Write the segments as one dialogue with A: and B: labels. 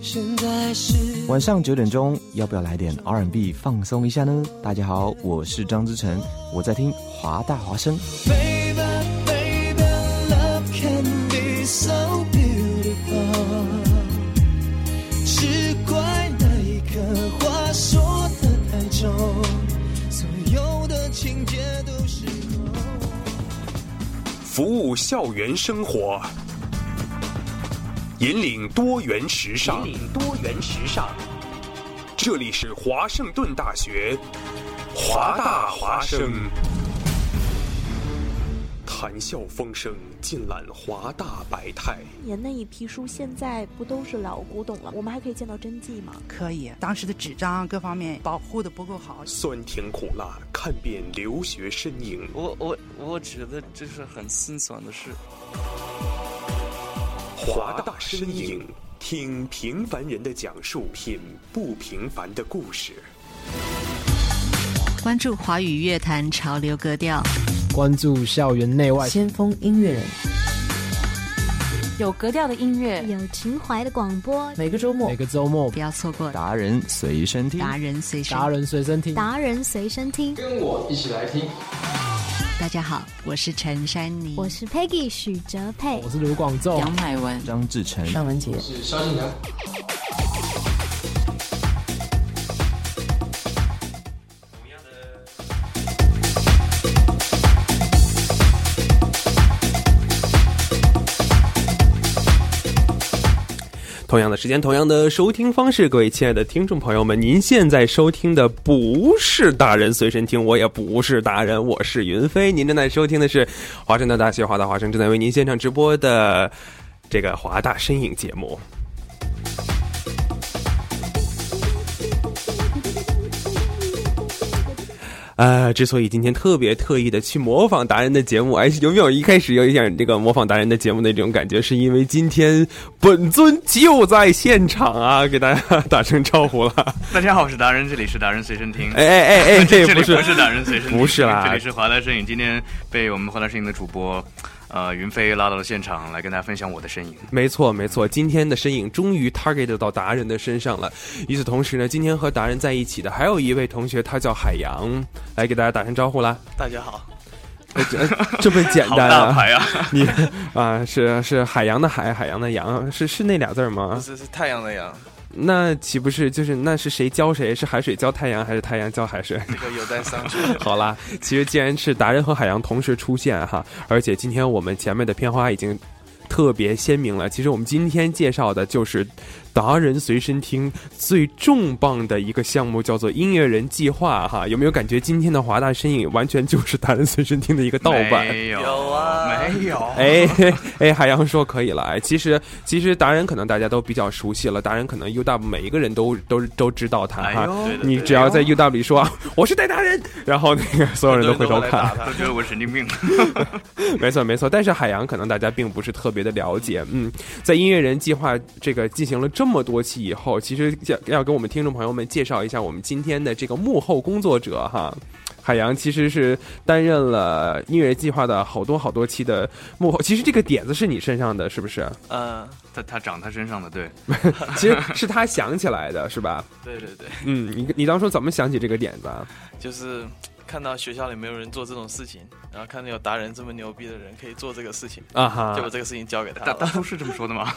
A: 现在是
B: 晚上九点钟，要不要来点 R&B 放松一下呢？大家好，我是张之成，我在听华大华声。
A: Baby, baby, love can be so beautiful。只怪那一刻话说的太重，所有的情节都失控。
C: 服务校园生活，引领多元时尚。引领多元时尚。这里是华盛顿大学，华大华生。谈笑风生，尽览华大百态。
D: 年那一批书现在不都是老古董了？我们还可以见到真迹吗？
E: 可以，当时的纸张各方面保护的不够好。
C: 酸甜苦辣，看遍留学身影。
F: 我我我觉得这是很心酸的事。
C: 华大身影，听平凡人的讲述，品不平凡的故事。
G: 关注华语乐坛潮流格调，
H: 关注校园内外
I: 先锋音乐人，
J: 有格调的音乐，
K: 有情怀的广播，
I: 每个周末
H: 每个周末
G: 不要错过
B: 达人随身听，
G: 达人随身。
H: 达人随身听。
K: 达人随身听。
G: 大家好，我是陈珊妮，
K: 我是 Peggy 许哲佩
F: 哦
H: 我，是卢广仲，
J: 杨乃文。
B: 张志成，
I: 尚雯婕，
L: 同样的时间，同样的收听方式，各位亲爱的听众朋友们，您现在收听的不是大人随身听，我也不是大人，我是云飞。您正在收听的是华盛顿大学华大华生正在为您现场直播的这个华大身影节目。啊，之所以今天特别特意的去模仿达人的节目，哎，有没有一开始有一点这个模仿达人的节目的这种感觉？是因为今天本尊就在现场啊，给大家打声招呼了。
F: 大家好，我是达人，这里是达人随身听。
L: 哎哎哎 哎，这
F: 这
L: 不
F: 里
L: 是
F: 不是达人随身听，
L: 不是啦
F: 这里是华大摄影。今天被我们华大摄影的主播，呃，云飞拉到了现场来跟大家分享我的身影。
L: 没错，没错，今天的身影终于 target 到达人的身上了。与此同时呢，今天和达人在一起的还有一位同学，他叫海洋，来给大家打声招呼啦。
F: 大家好，
L: 呃这呃这么简
F: 好
L: 单
F: 大
L: 啊？
F: 牌啊！
L: 你啊，是是海洋的海，海洋的洋，是是那俩字儿吗？
F: 是是太阳的 阳，
L: 那岂不是就是那是谁教谁？是海水教太阳，还是太阳教海水？
F: 这个有待商榷。
L: 好啦，其实既然是达人和海洋同时出现哈，而且今天我们前面的片花已经特别鲜明了。其实我们今天介绍的就是达人随身听最重磅的一个项目，叫做音乐人计划哈。有没有感觉今天的华大身影完全就是达人随身听的一个盗版？
F: 没有啊，没有。
L: 哎嘿哎，海洋说可以了。哎，其实其实达人可能大家都比较熟悉了，达人可能 U W 每一个人都都都知道他
F: 哎
L: 哈。
F: 呦，对 的
L: 你
F: 对的
L: 只要在 U W 里说、 我是戴达人，然后那个所有人都回头看。
F: 都觉得我神经病。
L: 没错没错，但是海洋可能大家并不是特别的了解。嗯，在音乐人计划这个进行了这么多期以后，其实要要跟我们听众朋友们介绍一下我们今天的这个幕后工作者哈。海洋其实是担任了音乐计划的好多好多期的幕后，其实这个点子是你身上的，是不是？
F: 呃，他他长他身上的，对，
L: 其实是他想起来的，是吧？
M: 对对 对，
L: 嗯，你你当初怎么想起这个点子啊？
M: 就是看到学校里没有人做这种事情，然后看到有达人这么牛逼的人可以做这个事情，
L: 啊哈
M: 就把这个事情交给他
F: 大大
M: 了。
F: 都是这么说的 吗？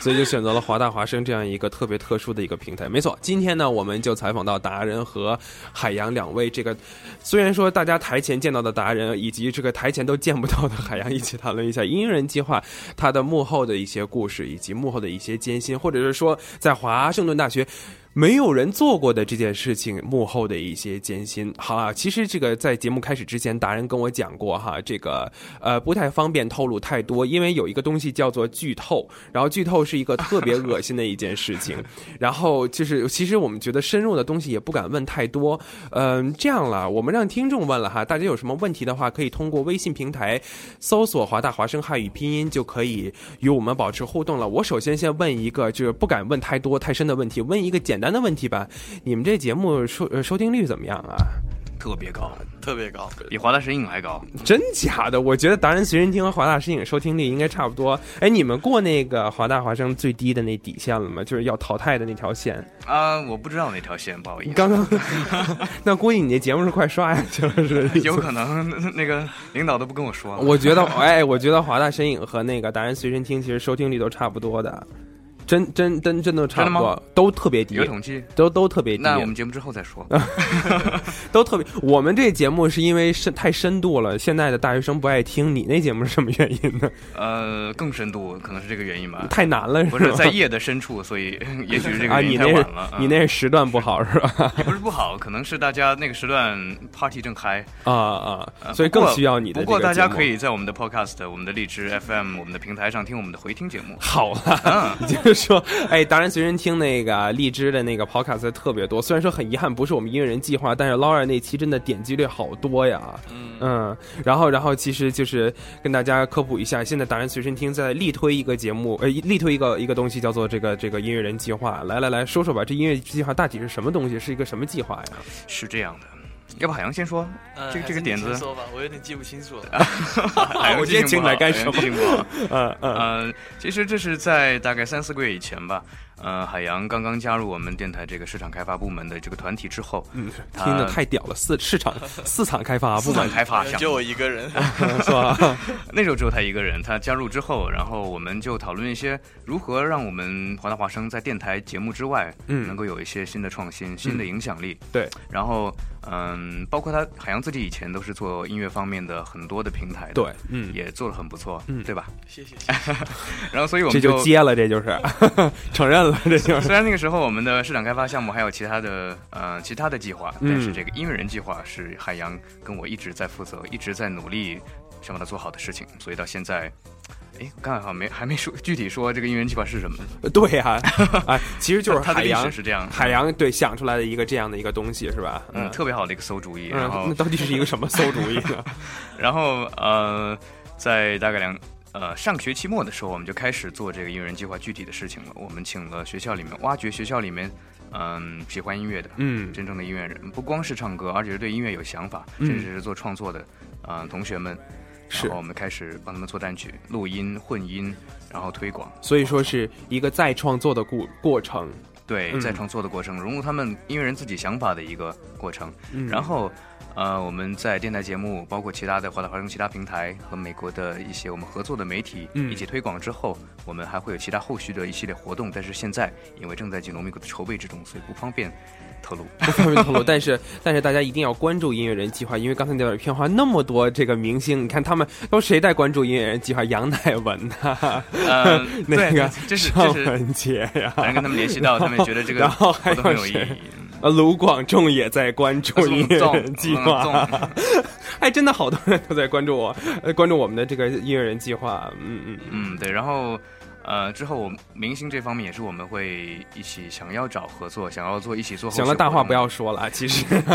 L: 所以就选择了华大华生这样一个特别特殊的一个平台。没错，今天呢，我们就采访到达人和海洋两位。这个虽然说大家台前见到的达人，以及这个台前都见不到的海洋，一起讨论一下音乐人计划它的幕后的一些故事，以及幕后的一些艰辛，或者是说在华盛顿大学。没有人做过的这件事情幕后的一些艰辛。好啊，其实这个在节目开始之前，达人跟我讲过哈，这个呃不太方便透露太多，因为有一个东西叫做剧透，然后剧透是一个特别恶心的一件事情。然后就是其实我们觉得深入的东西也不敢问太多。嗯、这样了，我们让听众问了哈，大家有什么问题的话，可以通过微信平台搜索“华大华声汉语拼音”就可以与我们保持互动了。我首先先问一个，就是不敢问太多太深的问题，问一个简单的问题吧。你们这节目收呃收听率怎么样啊？
F: 特别高，
M: 特别高，
F: 比华大神影还高。
L: 真假的？我觉得达人随身听和华大神影收听率应该差不多。哎，你们过那个华大华生最低的那底线了吗？就是要淘汰的那条线
F: 啊、我不知道那条线，不好意思。
L: 刚刚， 那估计你那节目是快刷下去了，是吧？
F: 有可能那那那个领导都不跟我说了。
L: 我觉得， 哎，我觉得华大身影和那个达人随身听其实收听率都差不多的，真真真真的差不
F: 真的
L: 多
F: 吗，
L: 都特别低。
F: 有统计，
L: 都都特别低。
F: 那我们节目之后再说。
M: 啊
L: 都特别，我们这节目是因为深太深度了，现在的大学生不爱听。你那节目是什么原因呢？
F: 呃，更深度可能是这个原 因吧。
L: 太难了，
F: 不是
L: 吧
F: 在夜的深处，所以 也许是这
L: 啊，
F: 个原
L: 你
F: 因太
L: 那
F: 晚
L: 是
F: 了。
L: 你
F: 嗯
L: 那是时段不好是 吧？
F: 也不是不好，可能是大家那个时段 party 正嗨
L: 啊啊
F: 呃
L: 所以
F: 不过
L: 更需要你的
F: 不过
L: 这个
F: 大家
L: 节目
F: 可以在我们的 podcast、我们的荔枝 FM、我们的平台上听我们的回听 节目。 嗯
L: 好了，你就是说，哎，达人随身听那个荔枝的那个 podcast 特别多，虽然说很遗憾不是我们音乐人计划，但是 Laura 那期真的点击率好多呀。嗯，然后然后其实就是跟大家科普一下，现在达人随身听在力推一个节目，呃，力推一个一个东西叫做这个这个音乐人计划。来来来说说吧，这音乐计划大体是什么东西？是一个什么计划呀？
F: 是这样的，要不海洋先说
M: 嗯，
F: 这个
M: 还
F: 这
M: 是
F: 个
M: 你
F: 点
M: 先
F: 子。
M: 说吧，我有点记不清楚了。
F: 海洋
L: 我今天
F: 记性
L: 请
F: 不
L: 你来
F: 好
L: 干
F: 海
L: 什
F: 洋
L: 么
F: 记性 不好
L: 嗯嗯
F: 呃，其实这是在大概三四个月以前吧。呃，海洋刚刚加入我们电台这个市场开发部门的这个团体之后，
L: 嗯，
F: 他
L: 听的太屌了，市市场市场开发啊部
F: 市场
L: 门
F: 开发项目，
M: 就我一个人，
L: 是吧？
F: 那时候只有他一个人，他加入之后，然后我们就讨论一些如何让我们华大华生在电台节目之外，
L: 嗯
F: 能够有一些新的创新、新的影响力。
L: 对，
F: 然后，嗯，包括他海洋自己以前都是做音乐方面的很多的平台的，
L: 对，嗯，
F: 也做的很不错，
L: 嗯
F: 对吧？
M: 谢谢谢谢。
F: 然后，所以我
L: 这
F: 们
L: 就接了，这就是 承认了，这就是。
F: 虽然那个时候我们的市场开发项目还有其他的呃其他的计划，
L: 嗯
F: 但是这个音乐人计划是海洋跟我一直在负责，一直在努力想把它做好的事情，所以到现在。哎，我刚才好像没还没说具体说这个音乐人计划是什么，
L: 对 呀、哎，其实就是
F: 它它
L: 海
F: 的历
L: 洋
F: 史是这样，
L: 海洋对想出来的一个这样的一个东西是吧？
F: 嗯特别好的一个馊主意，然
L: 嗯，那
F: 后
L: 到底是一个什么馊主意 呢？
F: 然后呃，在大概两呃上个学期末的时候，我们就开始做这个音乐人计划具体的事情了。我们请了学校里面挖掘学校里面嗯、喜欢音乐的，
L: 嗯
F: 真正的音乐人，不光是唱歌，而且是对音乐有想法，
L: 嗯
F: 甚至是做创作的，啊、同学们。
L: 是
F: 然后我们开始帮他们做单曲、录音、混音，然后推广。
L: 所以说是一个再创作的过过程。
F: 对，
L: 嗯
F: 在创作的过程，融入他们音乐人自己想法的一个过程。
L: 嗯
F: 然后，呃，我们在电台节目，包括其他的华大华生其他平台和美国的一些我们合作的媒体
L: 嗯
F: 一起推广之后，我们还会有其他后续的一系列活动。但是现在因为正在紧锣密鼓的筹备之中，所以不方便 透露。
L: 不方便透 露，但是但是大家一定要关注音乐人计划，因为刚才那段片花那么多这个明星，你看他们都谁在关注音乐人计划？杨乃文呐、，
F: 呃
L: 那
F: 对
L: 个
F: 这是
L: 尚
F: 这是
L: 雯婕呀，
F: 反正跟他们联系到，他们也觉得这个
L: 然后还
F: 活
L: 有
F: 动很有意
L: 谁
F: 义。
L: 呃，卢广仲也在关注音乐人计划。
F: 嗯
L: 哎，真的好多人都在关注我，呃，关注我们的这个音乐人计划。嗯嗯嗯，
F: 嗯，对，然后。呃，之后我们明星这方面也是我们会一起想要找合作，想要做一起做。
L: 行了，大话不要说了啊。其实，好，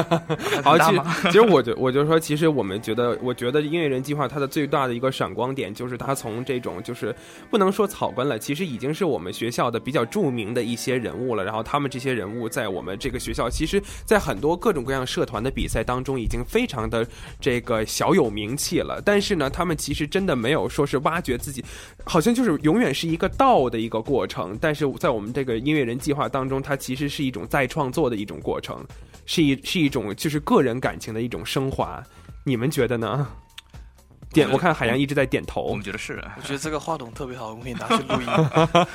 L: 其
F: 好大
L: 实
F: 吗？
L: 其实我就我就说，其实我们觉得，我觉得音乐人计划它的最大的一个闪光点，就是它从这种就是不能说草根了，其实已经是我们学校的比较著名的一些人物了。然后他们这些人物在我们这个学校，其实，在很多各种各样社团的比赛当中，已经非常的这个小有名气了。但是呢，他们其实真的没有说是挖掘自己，好像就是永远是一个道的一个过程。但是在我们这个音乐人计划当中，它其实是一种再创作的一种过程。是一是一种就是个人感情的一种升华，你们觉得呢？ 点，
F: 我觉得
L: 我看海洋一直在点
F: 我
L: 头
F: 们，觉得是啊
M: 我觉得这个话筒特别好，我们可以拿去录音。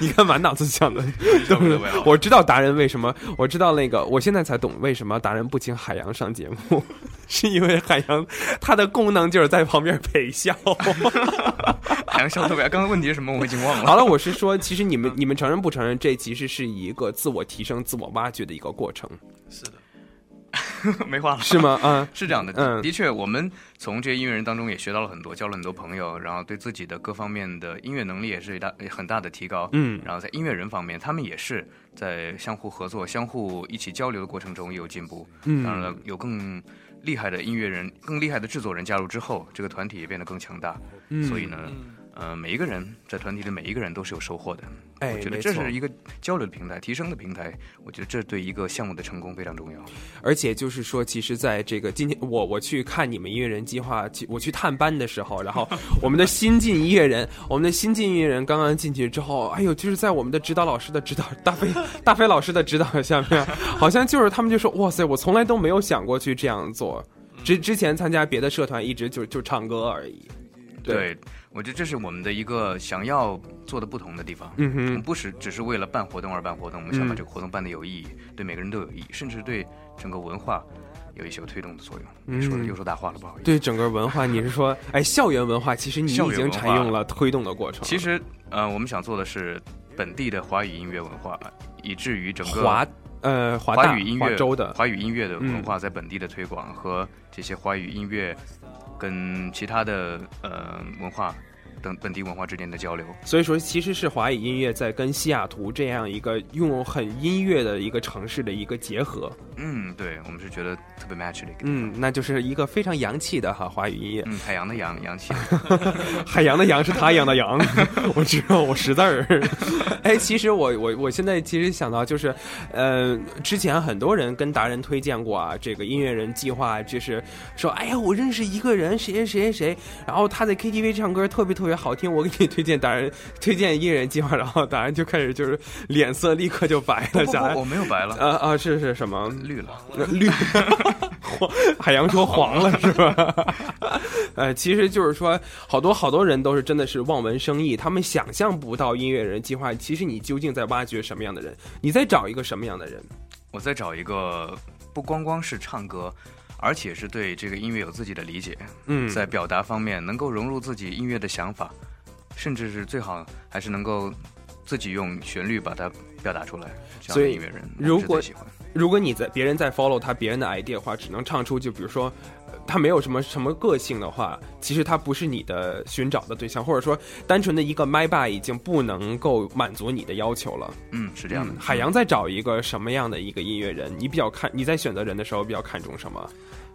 L: 你看满脑子想 的
F: 特
L: 都
F: 别
L: 是
F: 好。。
L: 我知道达人为什么，我知道那个，我现在才懂为什么达人不请海洋上节目， 是因为海洋它的功能就是在旁边陪笑。
F: 海洋笑特别，刚刚问题是什么我已经忘了。
L: 好了，我是说，其实你
F: 嗯
L: 们你们承认不承认，这其实是一个自我提升、自我挖掘的一个过程，
M: 是的，
F: 没话了。
L: 是吗？啊，
F: 是这样的，
L: 嗯
F: 的确，我们从这些音乐人当中也学到了很多，交了很多朋友，然后对自己的各方面的音乐能力也是一大很大的提高。
L: 嗯
F: 然后在音乐人方面，他们也是在相互合作、相互一起交流的过程中也有进步。
L: 嗯
F: 当然了，有更厉害的音乐人、更厉害的制作人加入之后，这个团体也变得更强大。
L: 嗯
F: 所以呢，
M: 嗯，
F: 呃，每一个人在团体里每一个人都是有收获的。
L: 哎
F: 我觉得
L: 没
F: 这
L: 错
F: 是一个交流的平台，提升的平台。我觉得这对一个项目的成功非常重要。
L: 而且就是说，其实在这个今天我我去看你们音乐人计划，去我去探班的时候，然后 我们的新晋音乐人，我们的新晋音乐人刚刚进去之后，哎呦，就是在我们的指导老师的指导，大飞 大飞老师的指导下面，好像就是他们就说，哇塞，我从来都没有想过去这样做，之之前参加别的社团一直就就唱歌而已，对
F: 对，我觉得这是我们的一个想要做的不同的地方。
L: 嗯哼
F: 我们不是只是为了办活动而办活动，我们想把
L: 嗯
F: 这个活动办的有意义，对每个人都有意义，甚至对整个文化有一些推动的作用。
L: 嗯
F: 说又说大话了，不好意思。
L: 对整个文化，你是说，哎，校园文化其实你
F: 校
L: 已
F: 园
L: 经
F: 文
L: 采
F: 化
L: 用了推动的过程，
F: 其实，呃，我们想做的是本地的华语音乐文化，以至于整个
L: 华呃华
F: 华
L: 大
F: 语音
L: 华
F: 乐
L: 州的
F: 华语音乐的
L: 嗯
F: 文化在本地的推广和这些华语音乐跟其他的呃文化等本地文化之间的交流。
L: 所以说，其实是华语音乐在跟西雅图这样一个用很音乐的一个城市的一个结合。
F: 嗯，对，我们是觉得特别 match 的一个
L: 嗯，那就是一个非常洋气的哈华语音乐。
F: 嗯，海洋的洋，洋气。
L: 海洋的洋 是他养的羊，我知道我识字儿。 哎，其实我我我现在其实想到就是，呃，之前很多人跟达人推荐过啊，这个音乐人计划，就是说，哎呀，我认识一个人，谁谁谁谁谁，然后他在 KTV 唱歌特别特别好听，我给你推荐达人 推荐音乐人计划，然后达人就开始就是脸色立刻就白
F: 不
L: 了
F: 不
L: 下来。
F: 不我没有白了
L: 啊啊，是是什么
F: 绿了
L: 绿。黄 海洋说黄了是吧？ 呃，其实就是说，好多好多人都是真的是望文生义，他们想象不到音乐人计划。其实你究竟在挖掘什么样的人？你在找一个什么样的人？
F: 我在找一个不光光是唱歌，而且是对这个音乐有自己的理解，
L: 嗯
F: 在表达方面能够融入自己音乐的想法，甚至是最好还是能够自己用旋律把它表达出来。这样
L: 所
F: 的
L: 以
F: 音乐人，
L: 如
F: 我是
L: 果
F: 最喜欢
L: 如果你在别人在 follow 他别人的 idea 的话，只能唱出就比如说。呃他没有什么什么个性的话，其实他不是你的寻找的对象，或者说单纯的一个麦霸已经不能够满足你的要求了。
F: 嗯，是这样的。
L: 海洋在找一个什么样的一个音乐人？你比较看你在选择人的时候比较看重什么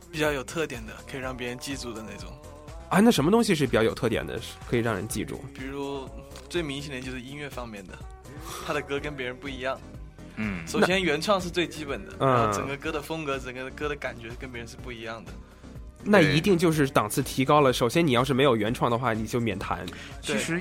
M: 比较有特点的，可以让别人记住的那种。
L: 啊？那什么东西是比较有特点的，是可以让人记住？
M: 比如最明显的就是音乐方面的，他的歌跟别人不一样。
F: 嗯
M: 首先原创是最基本的，
L: 嗯
M: 然后整个歌的风格、整个歌的感觉跟别人是不一样的。
L: 那一定就是档次提高了。首先，你要是没有原创的话，你就免 谈。
M: 其
F: 实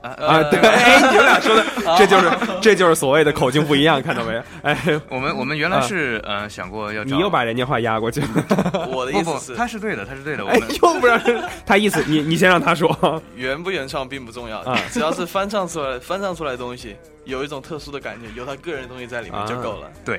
F: 啊
L: 啊，对，哎，你们俩说的，这就是这就是所谓的口径不一样，看到没 有？哎，
F: 我们我们原来是、呃想过要找
L: 啊你又把人家话压过去了。
M: 我的意思是
F: 不不，他是对的，他是对的。我
L: 哎
F: 们、，
L: 又不让人他意思，你你先让他说。
M: 原不原创并不重要
L: 啊，
M: 只要是翻唱出来、翻唱出来的东西，有一种特殊的感觉，有他个人的东西在里面就够了。
F: 对，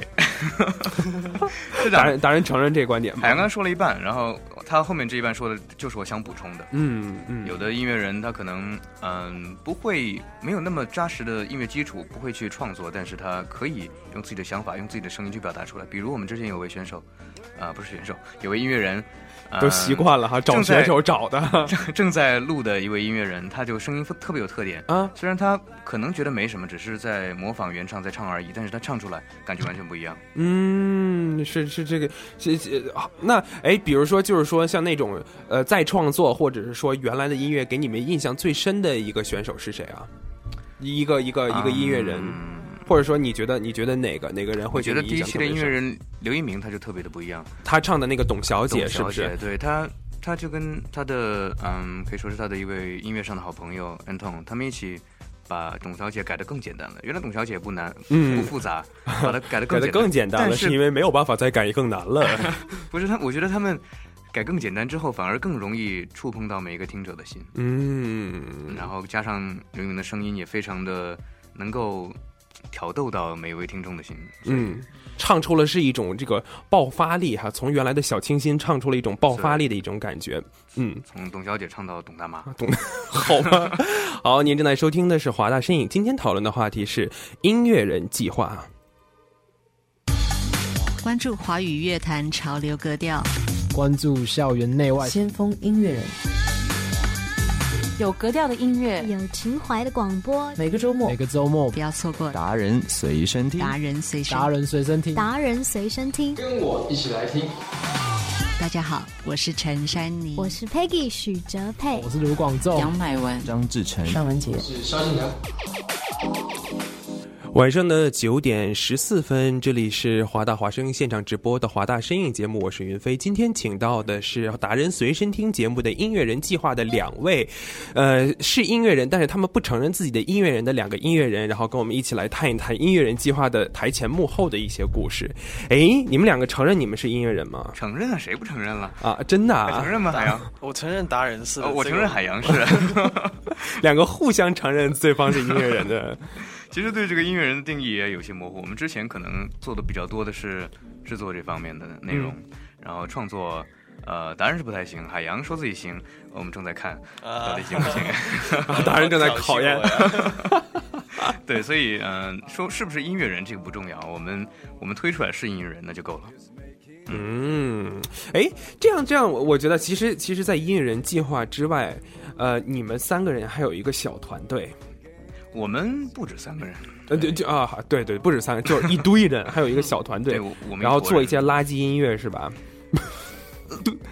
L: 达人达人承认这个观点吗
F: 海？洋刚刚说了一半，然后他后面这一半说的就是我想补充的。
L: 嗯嗯，
F: 有的音乐人他可能嗯不会没有那么扎实的音乐基础，不会去创作，但是他可以用自己的想法，用自己的声音去表达出来。比如我们之前有位选手，啊、不是选手，有位音乐人，呃、
L: 都习惯了哈找
F: 正在
L: 选手找的
F: 正正在录的一位音乐人，他就声音特别有特点
L: 啊。
F: 虽然他可能觉得没什么，只是在模仿原唱在唱而已，但是他唱出来感觉完全不一样。
L: 嗯，是是这个，这这好那哎，比如说就是说像那种呃再创作，或者是说原来的音乐给你们印象最深的一个选手是谁啊？一个一个一个音乐人，或者说你觉得你觉得哪个哪个人
F: 嗯我
L: 会
F: 觉
L: 给
F: 得
L: 你
F: 第
L: 印
F: 一
L: 象
F: 期
L: 特
F: 的
L: 别
F: 音
L: 深？
F: 乐人刘一鸣他就特别的不一样。
L: 他唱的那个董小姐
F: 董
L: 是不
F: 小
L: 是
F: 姐？对她，她就跟她的嗯，可以说是她的一位音乐上的好朋友 Anton，他们一起。把董小姐改得更简单了。原来董小姐也不难，
L: 嗯
F: 不复杂，把它改 得
L: 改
F: 更
L: 的更简单了，
F: 但
L: 是因为没有办法再改更难了。
F: 不是他，我觉得他们改更简单之后，反而更容易触碰到每一个听者的心。
L: 嗯，
F: 然后加上刘云的声音也非常的能够挑逗到每一位听众的心。
L: 嗯，唱出了是一种这个爆发力哈，从原来的小清新唱出了一种爆发力的一种感觉。嗯，
F: 从董小姐唱到董大妈，
L: 懂好吗？ 好，您正在收听的是华大身影，今天讨论的话题是音乐人计划。
G: 关注华语乐坛潮流格调，
H: 关注校园内外
G: 先锋音乐人。
K: 有格调的音乐，有情怀的广播，
H: 每个周末，每个周末
G: 不要错过
B: 达人随身听，
G: 达人随身，
H: 达人随身听，
K: 达人随身听。
H: 一起来听。
G: 大家好，我是陈珊妮，
K: 我是 Peggy 许哲佩，
H: 我是卢广仲、
G: 杨乃文、
B: 张志成、
G: 尚雯婕、
H: 邵新良。
L: 晚上的九点十四分，这里是华大华声现场直播的华大声影节目，我是云飞。今天请到的是达人随身听节目的音乐人计划的两位，呃，是音乐人，但是他们不承认自己的音乐人的两个音乐人，然后跟我们一起来探一探音乐人计划的台前幕后的一些故事。哎，你们两个承认你们是音乐人吗？
F: 承认啊，谁不承认了
L: 啊？真的、啊？
F: 承 认吗？海洋，
M: 我承认达人是、
F: 哦，我承认海洋是，
L: 两个互相承认对方是音乐人的。
F: 其实对这个音乐人的定义也有些模糊。我们之前可能做的比较多的是制作这方面的内容，嗯、然后创作，呃，当然是不太行。海洋说自己行，我们正在看
L: 啊
F: 到底行 不行。
L: 当、啊、然正在考验。
F: 对，所以嗯、呃，说是不是音乐人这个不重要，我们我们推出来是音乐人那就够了。
L: 嗯，哎，这样这样，我觉得其实其实，在音乐人计划之外，呃，你们三个人还有一个小团队。
F: 我们不止三个人，
L: 呃，对，就啊，对对，不止三个，就是一堆人，还有一个小团队，
F: 对我们
L: 然后做一些垃圾音乐是吧？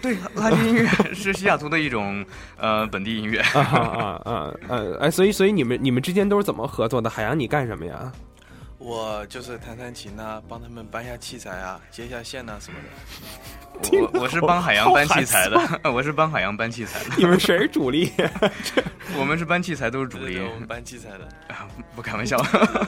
F: 对， 垃圾音乐是西雅图的一种呃本地音 乐
L: 啊啊啊啊！哎，所以所以你们你们之间都是怎么合作的？海洋，你干什么呀？
M: 我就是弹弹琴啊，帮他们搬下器材啊，接下线啊什么的。
F: 我我是帮海洋搬器材的， 我是帮海洋搬器材的。
L: 你们谁是主力？
F: 我们是搬器材，都是主力。
M: 我们搬器材的，
F: 不开玩笑。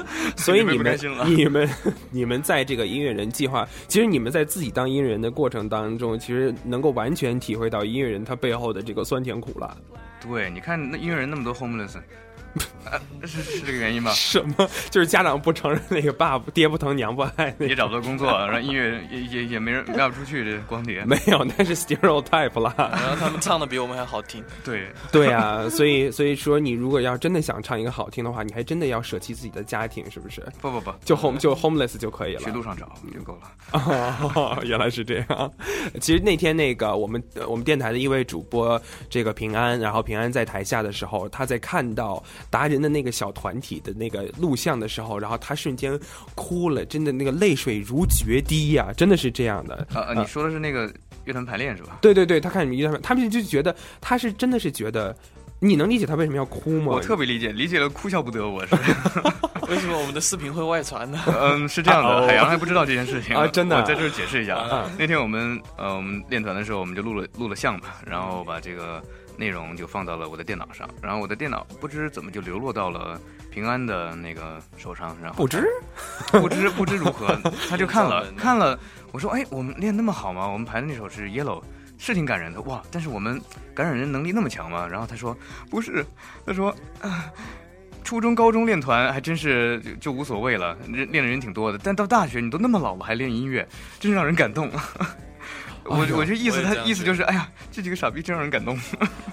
L: 所以你们、你们、 你们在这个音乐人计划，其实你们在自己当音乐人的过程当中，其实能够完全体会到音乐人他背后的这个酸甜苦辣。
F: 对，你看那音乐人那 么多 homeless。啊、是是这个原因吗？
L: 什么？就是家长不承认那个爸不爹不疼娘不爱，
F: 也找不到工作，然后音乐也也也没人卖不出去，这光碟
L: 没有，那是 stereotype 啦。
M: 然后他们唱的比我们还好听，
F: 对
L: 对啊，所以所以说你如果要真的想唱一个好听的话，你还真的要舍弃自己的家庭，是不是？
F: 不不不，
L: 就 home 就 homeless 就可以了，
F: 去路上找就够了。
L: 哦，原来是这样。 其实那天那个我们我们电台的一位主播这个平安，然后平安在台下的时候，他在看到。达人的那个小团体的那个录像的时候，然后他瞬间哭了，真的那个泪水如决堤呀、啊，真的是这样的。
F: 呃，你说的是那个乐团排练是吧？
L: 对对对，他看你们乐团，他们就觉得他是真的是觉得，你能理解他为什么要哭吗？
F: 我特别理解，理解了哭笑不得我，我是。
M: 为什么我们的视频会外传呢？
F: 嗯，是这 样的，海洋还不知道这件事情
L: 哦啊，真的。
F: 我在这解释一下，啊、那天我们呃我们练团的时候，我们就录了录了像嘛，然后把这个。内容就放到了我的电脑上，然后我的电脑不知怎么就流落到了平安的那个手上，然后
L: 不知
F: 不知不知如何，他就看了看了，我说哎，我们练那么好吗？我们排的那首是 Yellow，是挺感人的哇，但是我们感染人能力那么强吗？然后他说不是，他说啊。初中、高中练团还真是就无所谓了，练的人挺多的，但到大学你都那么老了还练音乐，真是让人感动。 我我这意思，他意思就是，哎呀，这几个傻逼真让人感动。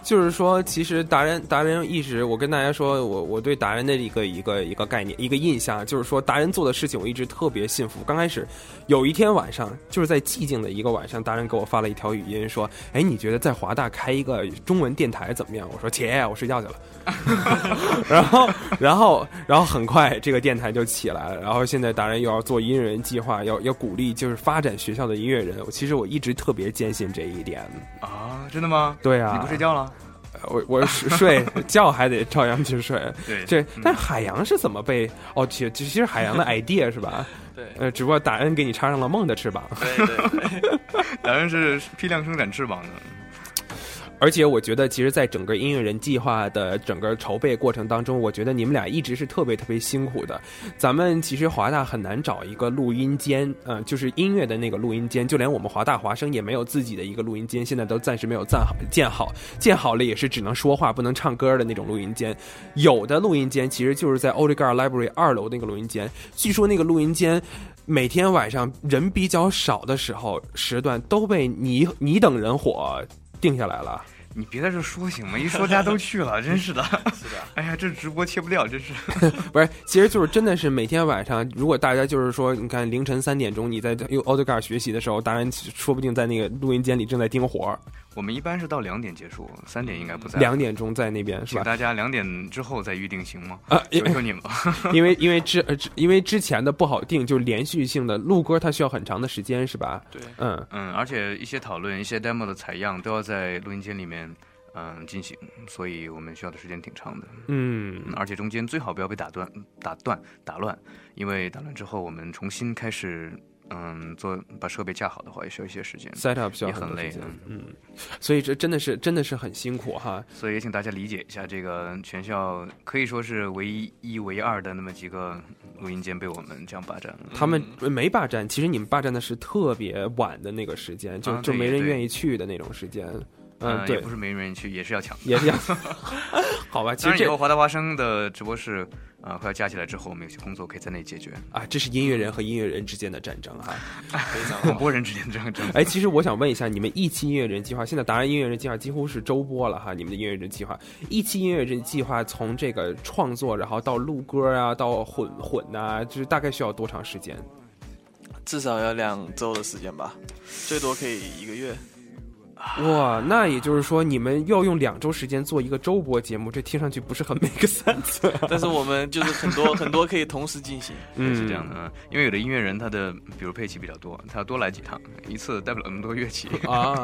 L: 就是说，其实达人达人一直，我跟大家说，我我对达人的一个一个一个概念，一个印象，就是说达人做的事情，我一直特别信服。刚开始有一天晚上，就是在寂静的一个晚上，达人给我发了一条语音，说：“哎，你觉得在华大开一个中文电台怎么样？”我说：“切，我睡觉去了。” 然后，然后，然后很快这个电台就起来了。然后现在达人又要做音乐人计划，要要鼓励就是发展学校的音乐人。其实我一直。特别坚信这一点
F: 啊，真的吗？
L: 对啊，
F: 你不睡觉了？
L: 我我睡觉还得照样去睡。
F: 对，
L: 这但是海洋是怎么被哦？其其实海洋的 idea 是吧？
M: 对，
L: 呃，只不过达恩给你插上了梦的翅膀。
M: 对对对，
F: 达恩是批量生产翅膀的。
L: 而且我觉得，其实，在整个音乐人计划的整个筹备过程当中，我觉得你们俩一直是特别特别辛苦的。咱们其实华大很难找一个录音间，呃，就是音乐的那个录音间，就连我们华大华声也没有自己的一个录音间，现在都暂时没有建好，建好，建好了也是只能说话不能唱歌的那种录音间。有的录音间其实就是在 o d i g a r Library 二楼那个录音间，据说那个录音间。每天晚上人比较少的时候时段都被你你等人火定下来了。
F: 你别在这说行吗？一说大家都去了，真是的。
M: 是的，
F: 哎呀，这直播切不掉，真是。
L: 不是，其实就是真的是每天晚上，如果大家就是说，你看凌晨三点钟你在用 AutoCAD 学习的时候，当然说不定在那个录音间里正在盯活。
F: 我们一般是到两点结束，三点应该不在。
L: 两点钟在那边是
F: 请
L: 吧？
F: 大家两点之后再预定行吗？
L: 啊
F: 求求你们了。
L: 因为因为之呃之因为之前的不好定，就连续性的录歌，它需要很长的时间，是吧？
F: 对，
L: 嗯
F: 嗯，而且一些讨论、一些 demo 的采样都要在录音间里面嗯进行，所以我们需要的时间挺长的。
L: 嗯
F: 而且中间最好不要被打断、打断、打乱，因为打乱之后我们重新开始。嗯，做把设备架好的话，也需要一些时间
L: ，set up 需要
F: 也
L: 多
F: 很累
L: 时间
F: 嗯
L: 嗯，所以这真的是真的是很辛苦哈。
F: 所以也请大家理解一下，这个全校可以说是唯一一唯二的那么几个录音间被我们这样霸占了。
L: 他们没霸占，其实你们霸占的是特别晚的那个时间，就
F: 啊
L: 就
F: 对
L: 没人
F: 对啊
L: 愿意去的那种时间。嗯，
F: 也
L: 对
F: 不，是没人去，也是要抢，
L: 也是要 好吧其实
F: 当然以
L: 这
F: 后华大华生的直播室，呃，快要加起来之后，我们有些工作可以在那里解决。
L: 啊，这是音乐人和音乐人之间的战争哈，
F: 非常 广播人之间的战争。
L: 哎，其实我想问一下，你们一期音乐人计划，现在达人音乐人计划几乎是周播了哈。你们的音乐人计划，一期音乐人计划从这个创作，然后到录歌啊，到混混呐、就是大概需要多长时间？
M: 至少要两周的时间吧，最多可以一个月。
L: 哇，那也就是说，你们要用两周时间做一个周播节目，这听上去不是很 make sense 啊。
M: 但是我们就是很多很多可以同时进行。
F: 对，是这样的，嗯，因为有的音乐人他的比如配器比较多，他要多来几趟，一次带不了那么多 乐器
L: 啊，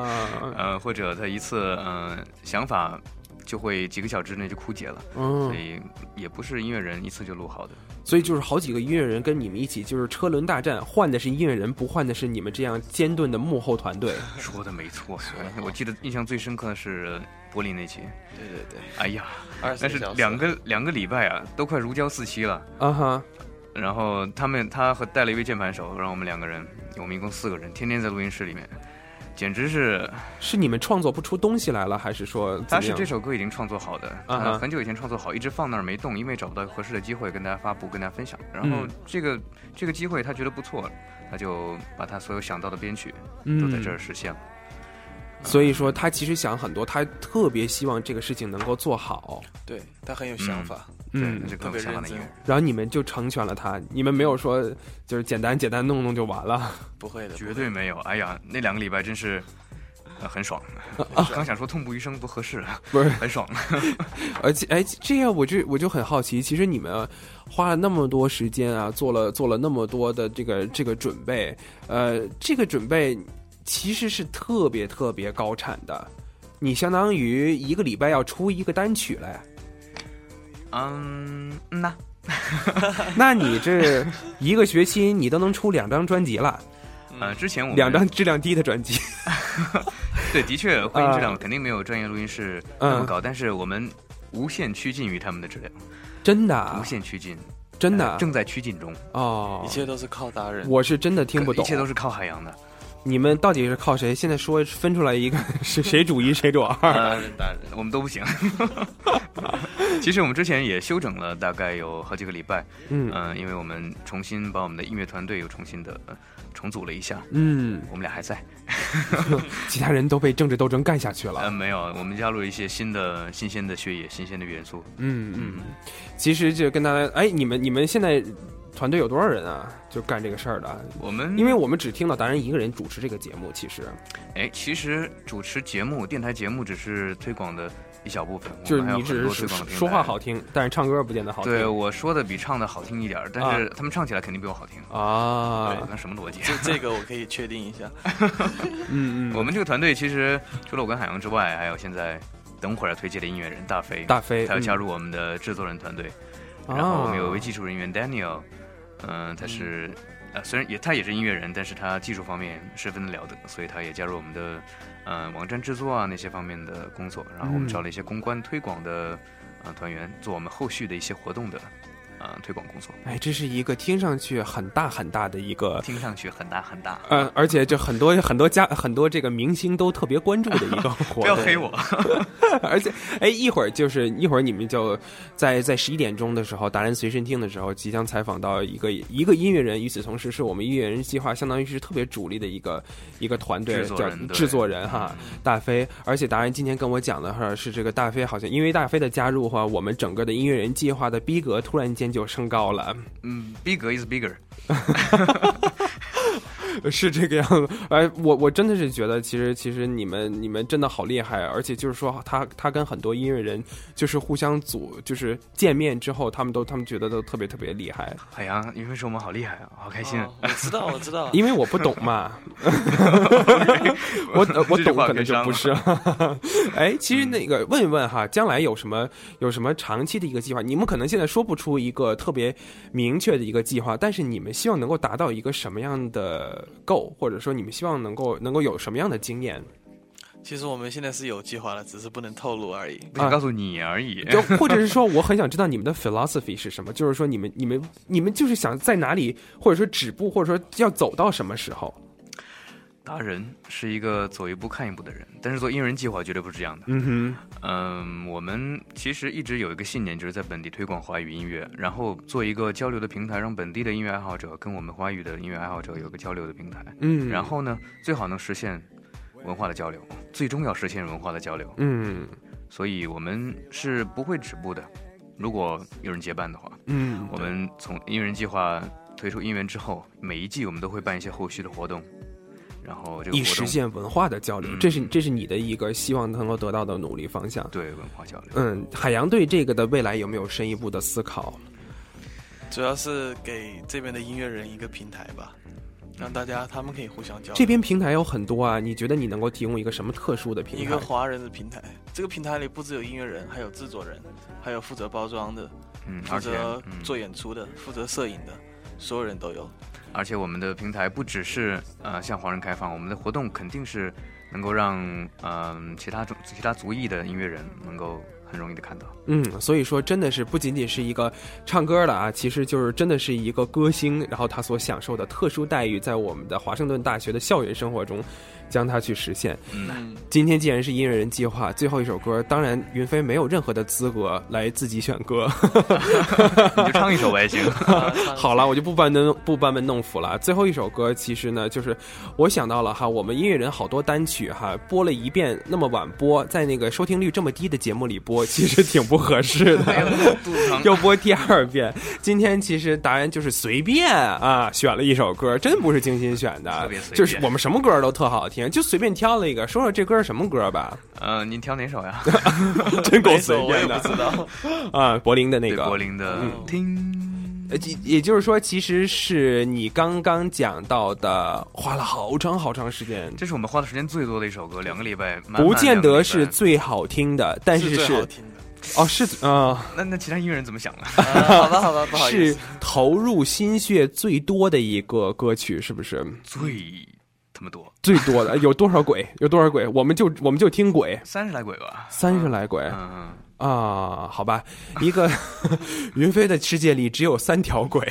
F: 呃，或者他一次嗯、呃想法就会几个小时之内就枯竭了，
L: 嗯
F: 所以也不是音乐人一次就录好的。
L: 所以就是好几个音乐人跟你们一起，就是车轮大战，换的是音乐人，不换的是你们这样尖钝的幕后团 队。
F: 说的没错， 我记得印象最深刻的是柏林那期，
M: 对对对，
F: 哎呀，
M: 24
F: 但是
M: 小时
F: 两个两个礼拜啊，都快如胶似漆了。
L: 啊哈，
F: 然后他们他和带了一位键盘手，然后我们两个人，我们一共四个人，天天在录音室里面，简直是。
L: 是你们创作不出东西来了，还是说怎
F: 他
L: 么
F: 是
L: 样
F: 这首歌已经创作好的，
L: 啊
F: 呃
L: 哈
F: 很久以前创作好，一直放那儿没动，因为找不到合适的机会跟大家发布、跟大家分享。然后
L: 嗯
F: 这个、这个机会他觉得不错，他就把他所有想到的编曲
L: 嗯
F: 都在这儿实现了。
L: 所以说他其实想很多，他特别希望这个事情能够做好，
M: 对他很有想法，
L: 嗯
F: 对，这
M: 特
F: 更有
M: 别
F: 想法
M: 认
F: 的音
M: 真
F: 乐。人。
L: 然后你们就成全了他，你们没有说就是简单简单弄弄就完了。
M: 不会的，
F: 绝对没有。哎呀，那两个礼拜真是。呃 很爽，刚想说痛不欲生不合适，
L: 不是
F: 很爽。
L: 而且，哎，这样我就我就很好奇，其实你们花了那么多时间啊，做了做了那么多的这个这个准备，呃，这个准备其实是特别特别高产的，你相当于一个礼拜要出一个单曲嘞，
F: 嗯，嗯呐，
L: 那你这一个学期你都能出两张专辑了，
F: 呃，之前我
L: 嗯
F: 们
L: 两张质量低的专辑，
F: 对，的确婚姻质量
L: 啊
F: 肯定没有专业录音室那么
L: 嗯
F: 高，但是我们无限趋近于他们的质量，
L: 真的啊
F: 无限趋近，
L: 真的
F: 呃
L: 啊
F: 正在趋近中，
L: 哦
M: 一。切都是靠达人。
L: 我是真的听不懂，
F: 一切都是靠 海洋的。
L: 你们到底是靠谁？现在说分出来一个 是谁主一谁主二？
F: 呃，我们都不行。 其实我们之前也休整了大概有好几个礼拜，
L: 嗯
F: 呃因为我们重新把我们的音乐团队又重新的重组了一下，
L: 嗯，
F: 我们俩还在。
L: 其他人都被政治斗争干下去
F: 呃，
L: 了。
F: 没有，我们加入了一些新的、新鲜的血液、新鲜的元素。
L: 嗯嗯，其实就跟大家，哎，你们你们现在团队有多少人啊？就干这个事儿的？
F: 我们
L: 因为我们只听到达人一个人主持这个节目，其实
F: 哎，其实主持节目、电台节目只是推广的一小部分，
L: 就是
F: 我们还有
L: 你
F: 很
L: 只
F: 多
L: 是
F: 推广的
L: 说
F: 平台
L: 说话。好听，但是唱歌不见得好听。
F: 对，我说的比唱的好听一点儿，但是他们唱起来肯定比我好听。
L: 啊
F: 对，，那什么逻辑？
M: 这这个我可以确定一下，
L: 嗯嗯，
F: 我们这个团队其实除了我跟海洋之外，还有现在等会儿要推荐的音乐人大飞，嗯
L: 大飞
F: 他要加
L: 嗯
F: 入我们的制作人团队。
L: 啊
F: 然后我们有一位技术人员 Daniel，嗯、他是、呃虽然也他也是音乐人，但是他技术方面十分的了得，所以他也加入我们的呃网站制作啊那些方面的工作。然后我
L: 嗯
F: 们找了一些公关推广的呃团员做我们后续的一些活动的呃推广工作，
L: 哎，这是一个听上去很大很大的一个。
F: 听上去很大很大。
L: 呃，而且这很多很多家很多这个明星都特别关注的一 个活动，
F: 不要黑我，
L: 而且，哎，一会儿就是一会儿你们就在在十一点钟的时候，达人随身听的时候，即将采访到一个一个音乐人。与此同时，是我们音乐人计划相当于是特别主力的一个一个团队，
F: 制作
L: 叫
F: 人对
L: 制作人哈，大飞。而且达人今天跟我讲的哈，是这个大飞好像因为大飞的加入哈，我们整个的音乐人计划的逼格突然间就升高了。
F: 嗯，逼格 is bigger。
L: 是这个样子。哎，我我真的是觉得，其实其实你们你们真的好厉害，啊而且就是说他他跟很多音乐人就是互相组，就是见面之后，他们都他们觉得都特别特别厉害。
F: 海洋，你们说我们好厉害啊，好开心。
M: 我知道，我知道，
L: 因为我不懂嘛，我我懂可能就不是。哎，其实那个问一问哈，将来有什么有什么长期的一个计划？你们可能现在说不出一个特别明确的一个计划，但是你们希望能够达到一个什么样的 goal，或者说你们希望能够能够有什么样的经验？
M: 其实我们现在是有计划的，只是不能透露而已。
F: 不
L: 啊
F: 想告诉你而已。
L: 就或者是说，我很想知道你们的 philosophy 是什么，就是说你们、你们、你们就是想在哪里，或者说止步，或者说要走到什么时候？
F: 达人是一个走一步看一步的人，但是做音人计划绝对不是这样的。
L: 嗯
F: 哼，嗯，我们其实一直有一个信念，就是在本地推广华语音乐，然后做一个交流的平台，让本地的音乐爱好者跟我们华语的音乐爱好者有个交流的平台。
L: 嗯，
F: 然后呢，最好能实现文化的交流，最终要实现文化的交流。
L: 嗯，
F: 所以我们是不会止步的。如果有人结伴的话，
L: 嗯，
F: 我们从音人计划推出音源之后，每一季我们都会办一些后续的活动。然后这个
L: 以实现文化的交流，
F: 嗯
L: 这是这是你的一个希望能够得到的努力方向。
F: 对文化交流，
L: 嗯，海洋对这个的未来有没有深一步的思考？
M: 主要是给这边的音乐人一个平台吧，让大家他们可以互相交流。
L: 这边平台有很多啊，你觉得你能够提供一个什么特殊的平台？
M: 一个华人的平台，这个平台里不只有音乐人，还有制作人，还有负责包装的，
F: 嗯，
M: 负
F: 而且
M: 责
F: 嗯
M: 做演出的，负责摄影的，所有人都有。
F: 而且我们的平台不只是呃向华人开放，我们的活动肯定是能够让嗯、其他种其他族裔的音乐人能够很容易的看到。
L: 嗯，所以说真的是不仅仅是一个唱歌的啊，其实就是真的是一个歌星，然后他所享受的特殊待遇，在我们的华盛顿大学的校园生活中，将它去实现。
M: 嗯，
L: 今天既然是音乐人计划，最后一首歌，当然云飞没有任何的资格来自己选歌，
F: 你就唱一首我 也行。
L: 好了，我就不班门不班门弄斧了。最后一首歌，其实呢，就是我想到了哈，我们音乐人好多单曲哈，播了一遍那么晚播，在那个收听率这么低的节目里播，其实挺不合适的。
F: 肚 子疼。
L: 又播第二遍。今天其实达人就是随便啊选了一首歌，真不是精心选的
F: 特别，随便
L: 就是我们什么歌都特好听，就随便挑了一个，说说这歌是什么歌 吧，
F: 呃，您挑哪首呀？
L: 真够
M: 哪
L: 随
M: 首我也
L: 便
M: 不知
L: 的
M: 道。
L: 啊！柏林的那
F: 对
L: 个
F: 柏，林的
M: 嗯
F: 听。
L: 呃也也就是说，其实是你刚刚讲到的，花了好长好长时间。
F: 这是我们花的时间最多的一首歌，两个礼拜，满满
L: 不见
F: 两个礼
L: 得
F: 拜
L: 是最好听的，但是
M: 最好
L: 是
M: 听的。
L: 哦是啊、
F: 那那其他音乐人怎么想的？
M: 啊好吧，好吧，不好意
L: 是
M: 思。
L: 投入心血最多的一个歌曲，是不是？
F: 最他妈多，
L: 最多的有多少鬼？ 有多少鬼？我们就我们就听鬼，
F: 三十来鬼 吧。
L: 三十来鬼
F: 嗯
L: 啊、
F: 嗯，
L: 好吧，一个 云飞的世界里只有三条 鬼，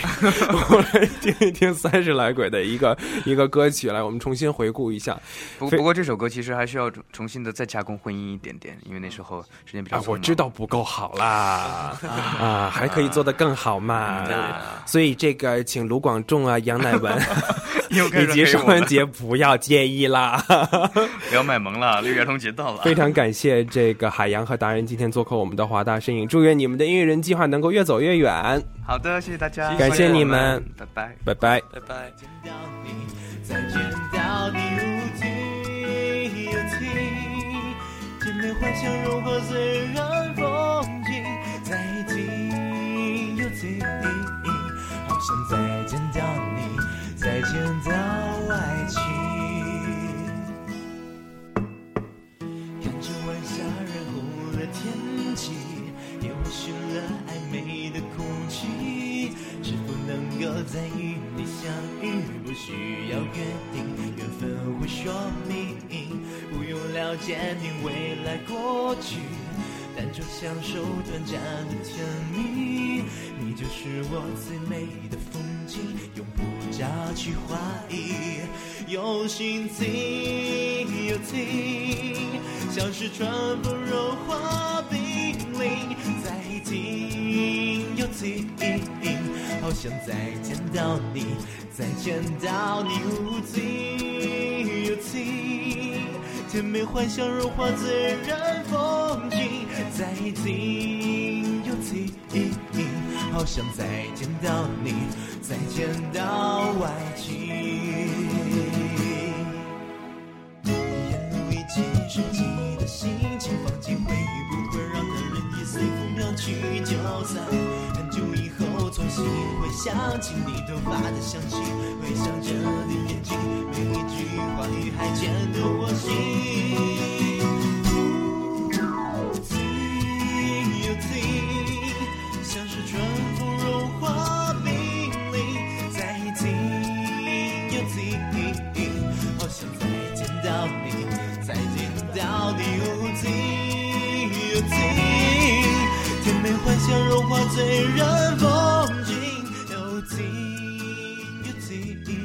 L: 我来听一听三十来鬼的一个一个歌曲，来，我们重新回顾一下。
F: 不
L: 非
F: 不过这首歌其实还需要重重新的再加工混音一点点，因为那时候时间比较
L: 啊
F: 匆，忙。
L: 我知道不够好 啦，啊，嗯还可以做得更好嘛。所以这个，请卢广仲啊、杨乃 文
F: 又开始
L: 以及
F: 黑我
L: 尚
F: 们
L: 雯婕不要介意啦。
F: 不要卖萌了，六一儿童节到了。
L: 非常感谢这个海洋和达人今天做客我们的华大身影，祝愿你们的音乐人计划能够越走越远，
F: 好的，谢谢大家，
L: 感谢你
F: 欢迎我
L: 们
F: 拜拜。
L: 拜拜。
M: 拜拜。
A: 见到你，再见到你，无尽无尽，见面幻想如何自然风景，在一起又在一好想再见到你，再见到爱情。看着晚霞染红了天际，也或许了暧昧的哭泣。是否能够在与你相遇，不需要约定，缘分会说明，不用了解你未来过去，单纯享受短暂的甜蜜。你就是我最美的风景，永不加去怀疑，有心情有情。像是春风柔化冰凌，在听又听，好想再见到你，再见到你，无尽又尽，甜美幻想融化自然风景，在听又听，好好想再见到你，再见到外景。沿路一起升起的心情，放弃会不会让他人也随风飘去？就在很久以后，重新会想起你头发的香气，回想着你眼睛，每一句话语还牵动我心。听又听，像是春风融化冰凌，再听又听，好想再见到你，再见到你，哦听又听，甜美幻想融化醉人风景，又听又听。